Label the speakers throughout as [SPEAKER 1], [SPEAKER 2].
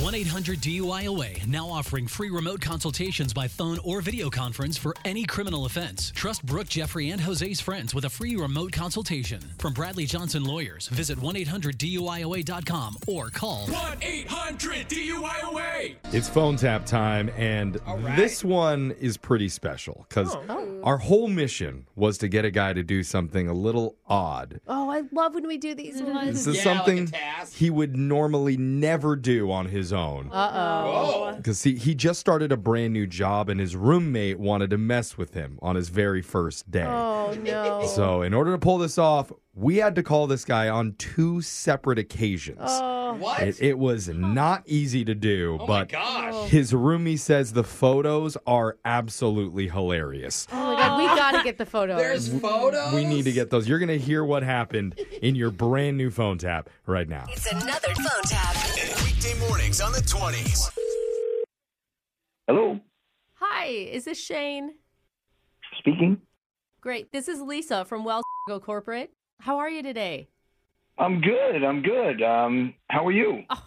[SPEAKER 1] 1 800 DUIOA now offering free remote consultations by phone or video conference for any criminal offense. Trust Brooke, Jeffrey, and Jose's friends with a free remote consultation. From Bradley Johnson Lawyers, visit 1 800 DUIOA.com or call
[SPEAKER 2] 1 800 DUIOA.
[SPEAKER 3] It's phone tap time, and this one is pretty special because
[SPEAKER 4] Oh.
[SPEAKER 3] our whole mission was to get a guy to do something a little odd.
[SPEAKER 4] Oh, I love when we do these
[SPEAKER 3] This
[SPEAKER 4] ones.
[SPEAKER 3] is something he would normally never do on his own.
[SPEAKER 4] Uh oh.
[SPEAKER 3] Because he, he just started a brand new job, and his roommate wanted to mess with him on his very first day.
[SPEAKER 4] Oh no.
[SPEAKER 3] So, in order to pull this off, we had to call this guy on two separate occasions.
[SPEAKER 4] Oh.
[SPEAKER 2] What?
[SPEAKER 3] It, it was not easy to do,
[SPEAKER 2] oh my
[SPEAKER 3] but
[SPEAKER 2] gosh.
[SPEAKER 3] his roomie says the photos are absolutely hilarious.
[SPEAKER 4] oh my god, we gotta get the photo.
[SPEAKER 2] There's photos.
[SPEAKER 3] We need to get those. You're going to hear what happened in your brand new phone tap right now.
[SPEAKER 5] It's another phone tap.
[SPEAKER 6] Weekday mornings on the 20s.
[SPEAKER 7] Hello,
[SPEAKER 4] Hi, is this Shane?
[SPEAKER 7] speaking.
[SPEAKER 4] Great. This is Lisa from Wells Fargo Corporate. How are you today?
[SPEAKER 7] I'm good. I'm good. Um, how are you?
[SPEAKER 4] Oh,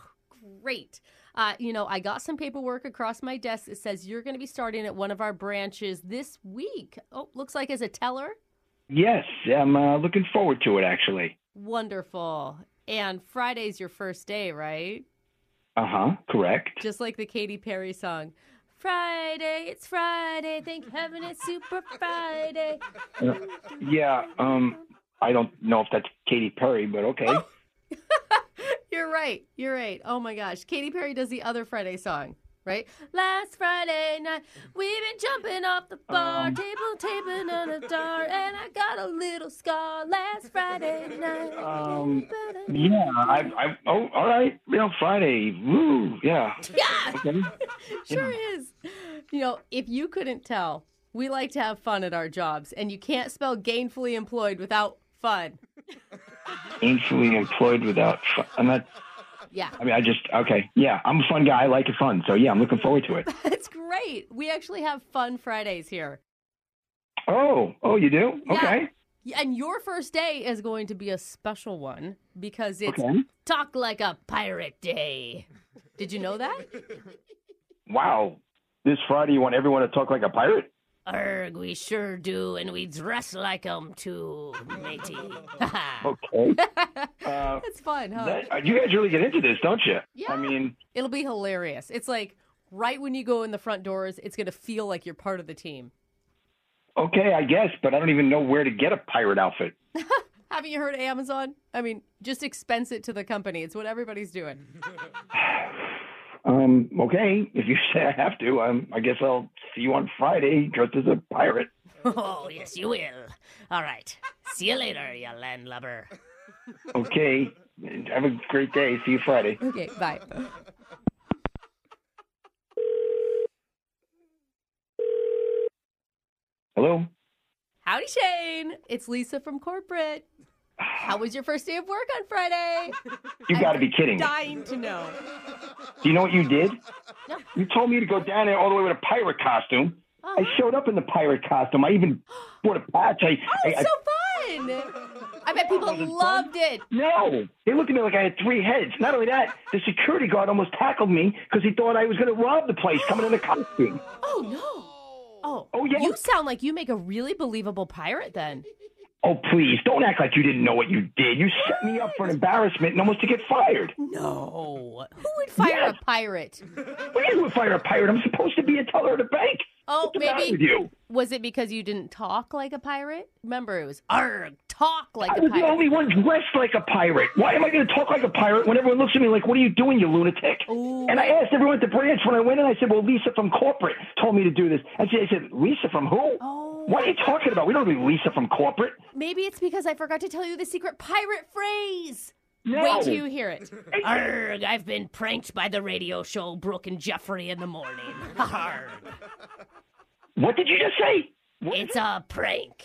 [SPEAKER 4] great. Uh, you know, I got some paperwork across my desk that says you're going to be starting at one of our branches this week. Oh, looks like as a teller.
[SPEAKER 7] Yes, I'm uh, looking forward to it. Actually.
[SPEAKER 4] Wonderful. And Friday's your first day, right?
[SPEAKER 7] Uh huh. Correct.
[SPEAKER 4] Just like the Katy Perry song. Friday, it's Friday. Thank heaven it's Super Friday.
[SPEAKER 7] Yeah. Um, I don't know if that's Katy Perry, but okay.
[SPEAKER 4] You're right. You're right. Oh my gosh. Katy Perry does the other Friday song, right? Last Friday night, we've been jumping off the bar,
[SPEAKER 7] Um.
[SPEAKER 4] table taping on a door, and I got a little scar last Friday night.
[SPEAKER 7] Um, Yeah. I. I. Oh, all right. You know, Friday. Woo. Yeah.
[SPEAKER 4] yeah,
[SPEAKER 7] Okay.
[SPEAKER 4] sure is. You know, if you couldn't tell, we like to have fun at our jobs, and you can't spell gainfully employed without fun.
[SPEAKER 7] Gainfully employed without. Fun. I'm not.
[SPEAKER 4] Yeah.
[SPEAKER 7] I mean, I just. Okay. Yeah. I'm a fun guy. I like it fun. So yeah, I'm looking forward to it.
[SPEAKER 4] That's great. We actually have fun Fridays here.
[SPEAKER 7] Oh. Oh, you do?
[SPEAKER 4] Yeah.
[SPEAKER 7] Okay.
[SPEAKER 4] Yeah, And your first day is going to be a special one because it's
[SPEAKER 7] Okay.
[SPEAKER 4] Talk Like a Pirate Day. Did you know that?
[SPEAKER 7] Wow. This Friday, you want everyone to talk like a pirate?
[SPEAKER 4] Erg, we sure do, and we dress like 'em too, matey.
[SPEAKER 7] Okay. Uh,
[SPEAKER 4] That's fun, huh?
[SPEAKER 7] That- uh, you guys really get into this, don't you?
[SPEAKER 4] Yeah.
[SPEAKER 7] I mean,
[SPEAKER 4] It'll be hilarious. It's like right when you go in the front doors, it's going to feel like you're part of the team.
[SPEAKER 7] okay, I guess, but I don't even know where to get a pirate outfit.
[SPEAKER 4] Haven't you heard of Amazon? I mean, just expense it to the company. It's what everybody's doing.
[SPEAKER 7] Um, okay, if you say I have to, um, I guess I'll see you on Friday dressed as a pirate.
[SPEAKER 8] Oh, yes, you will. All right. See you later, you landlubber.
[SPEAKER 7] Okay, have a great day. See you Friday.
[SPEAKER 4] Okay, bye.
[SPEAKER 7] Hello?
[SPEAKER 4] Howdy, Shane. It's Lisa from corporate. How was your first day of work on Friday?
[SPEAKER 7] You got to be kidding me.
[SPEAKER 4] Dying to know.
[SPEAKER 7] Do you know what you did? You told me to go down there all the way with a pirate costume.
[SPEAKER 4] Uh-huh.
[SPEAKER 7] I showed up in the pirate costume. I even bought a patch. I, I, I
[SPEAKER 4] Oh, So fun! I bet people loved it.
[SPEAKER 7] No, they looked at me like I had three heads. Not only that, the security guard almost tackled me because he thought I was going to rob the place coming in a costume.
[SPEAKER 4] Oh no! Oh,
[SPEAKER 7] Oh, yeah.
[SPEAKER 4] You sound like you make a really believable pirate. Then
[SPEAKER 7] Oh, please, don't act like you didn't know what you did. You set me up for an embarrassment and almost to get fired.
[SPEAKER 4] no, who would fire
[SPEAKER 7] Yes.
[SPEAKER 4] a pirate?
[SPEAKER 7] What are you going to fire a pirate? I'm supposed to be a teller at a bank.
[SPEAKER 4] Oh,
[SPEAKER 7] What's the matter with
[SPEAKER 4] maybe
[SPEAKER 7] you?
[SPEAKER 4] was it because you didn't talk like a pirate? Remember, it was arg talk like
[SPEAKER 7] I
[SPEAKER 4] a
[SPEAKER 7] was the
[SPEAKER 4] pirate.
[SPEAKER 7] only one dressed like a pirate. Why am I going to talk like a pirate when everyone looks at me like, what are you doing, you lunatic?
[SPEAKER 4] Ooh.
[SPEAKER 7] And I asked everyone at the branch when I went in, I said, well, Lisa from corporate told me to do this. And she I said, Lisa from who?
[SPEAKER 4] Oh.
[SPEAKER 7] What are you talking about? We don't need Lisa from corporate.
[SPEAKER 4] Maybe it's because I forgot to tell you the secret pirate phrase.
[SPEAKER 7] No.
[SPEAKER 4] Wait till you hear it.
[SPEAKER 8] Erg, I've been pranked by the radio show Brooke and Jeffrey in the morning. Arg.
[SPEAKER 7] What did you just say?
[SPEAKER 8] It's a prank.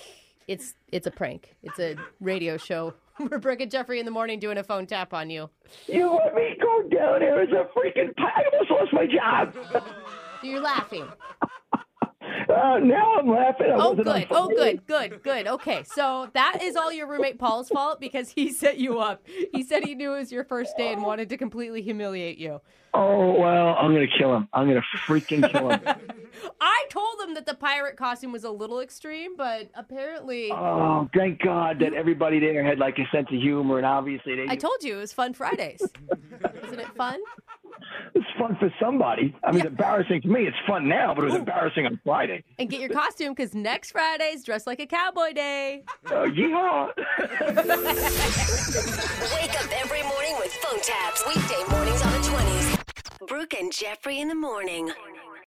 [SPEAKER 4] It's it's a prank. It's a radio show. We're Brooke and Jeffrey in the morning doing a phone tap on you.
[SPEAKER 7] You let me go down there as a freaking pirate. I almost lost my job.
[SPEAKER 4] So you're laughing.
[SPEAKER 7] Uh, Uh, now I'm laughing. I
[SPEAKER 4] Oh,
[SPEAKER 7] wasn't on
[SPEAKER 4] good. Oh,
[SPEAKER 7] fire.
[SPEAKER 4] good. Good. Good. Okay. So that is all your roommate Paul's fault because he set you up. He said he knew it was your first day and wanted to completely humiliate you.
[SPEAKER 7] Oh, well, I'm going to kill him. I'm going to freaking kill him.
[SPEAKER 4] I told him that the pirate costume was a little extreme, but apparently,
[SPEAKER 7] oh, thank God that everybody there had like a sense of humor, and obviously they.
[SPEAKER 4] I told you it was fun Fridays. Isn't it fun?
[SPEAKER 7] it's fun for somebody. I mean, it's embarrassing to me. It's fun now, but it was embarrassing on Friday.
[SPEAKER 4] And get your costume because next Friday's dressed like a cowboy day.
[SPEAKER 7] Oh, yeah.
[SPEAKER 5] Wake up every morning with phone taps. Weekday mornings on the 20s. Brooke and Jeffrey in the morning.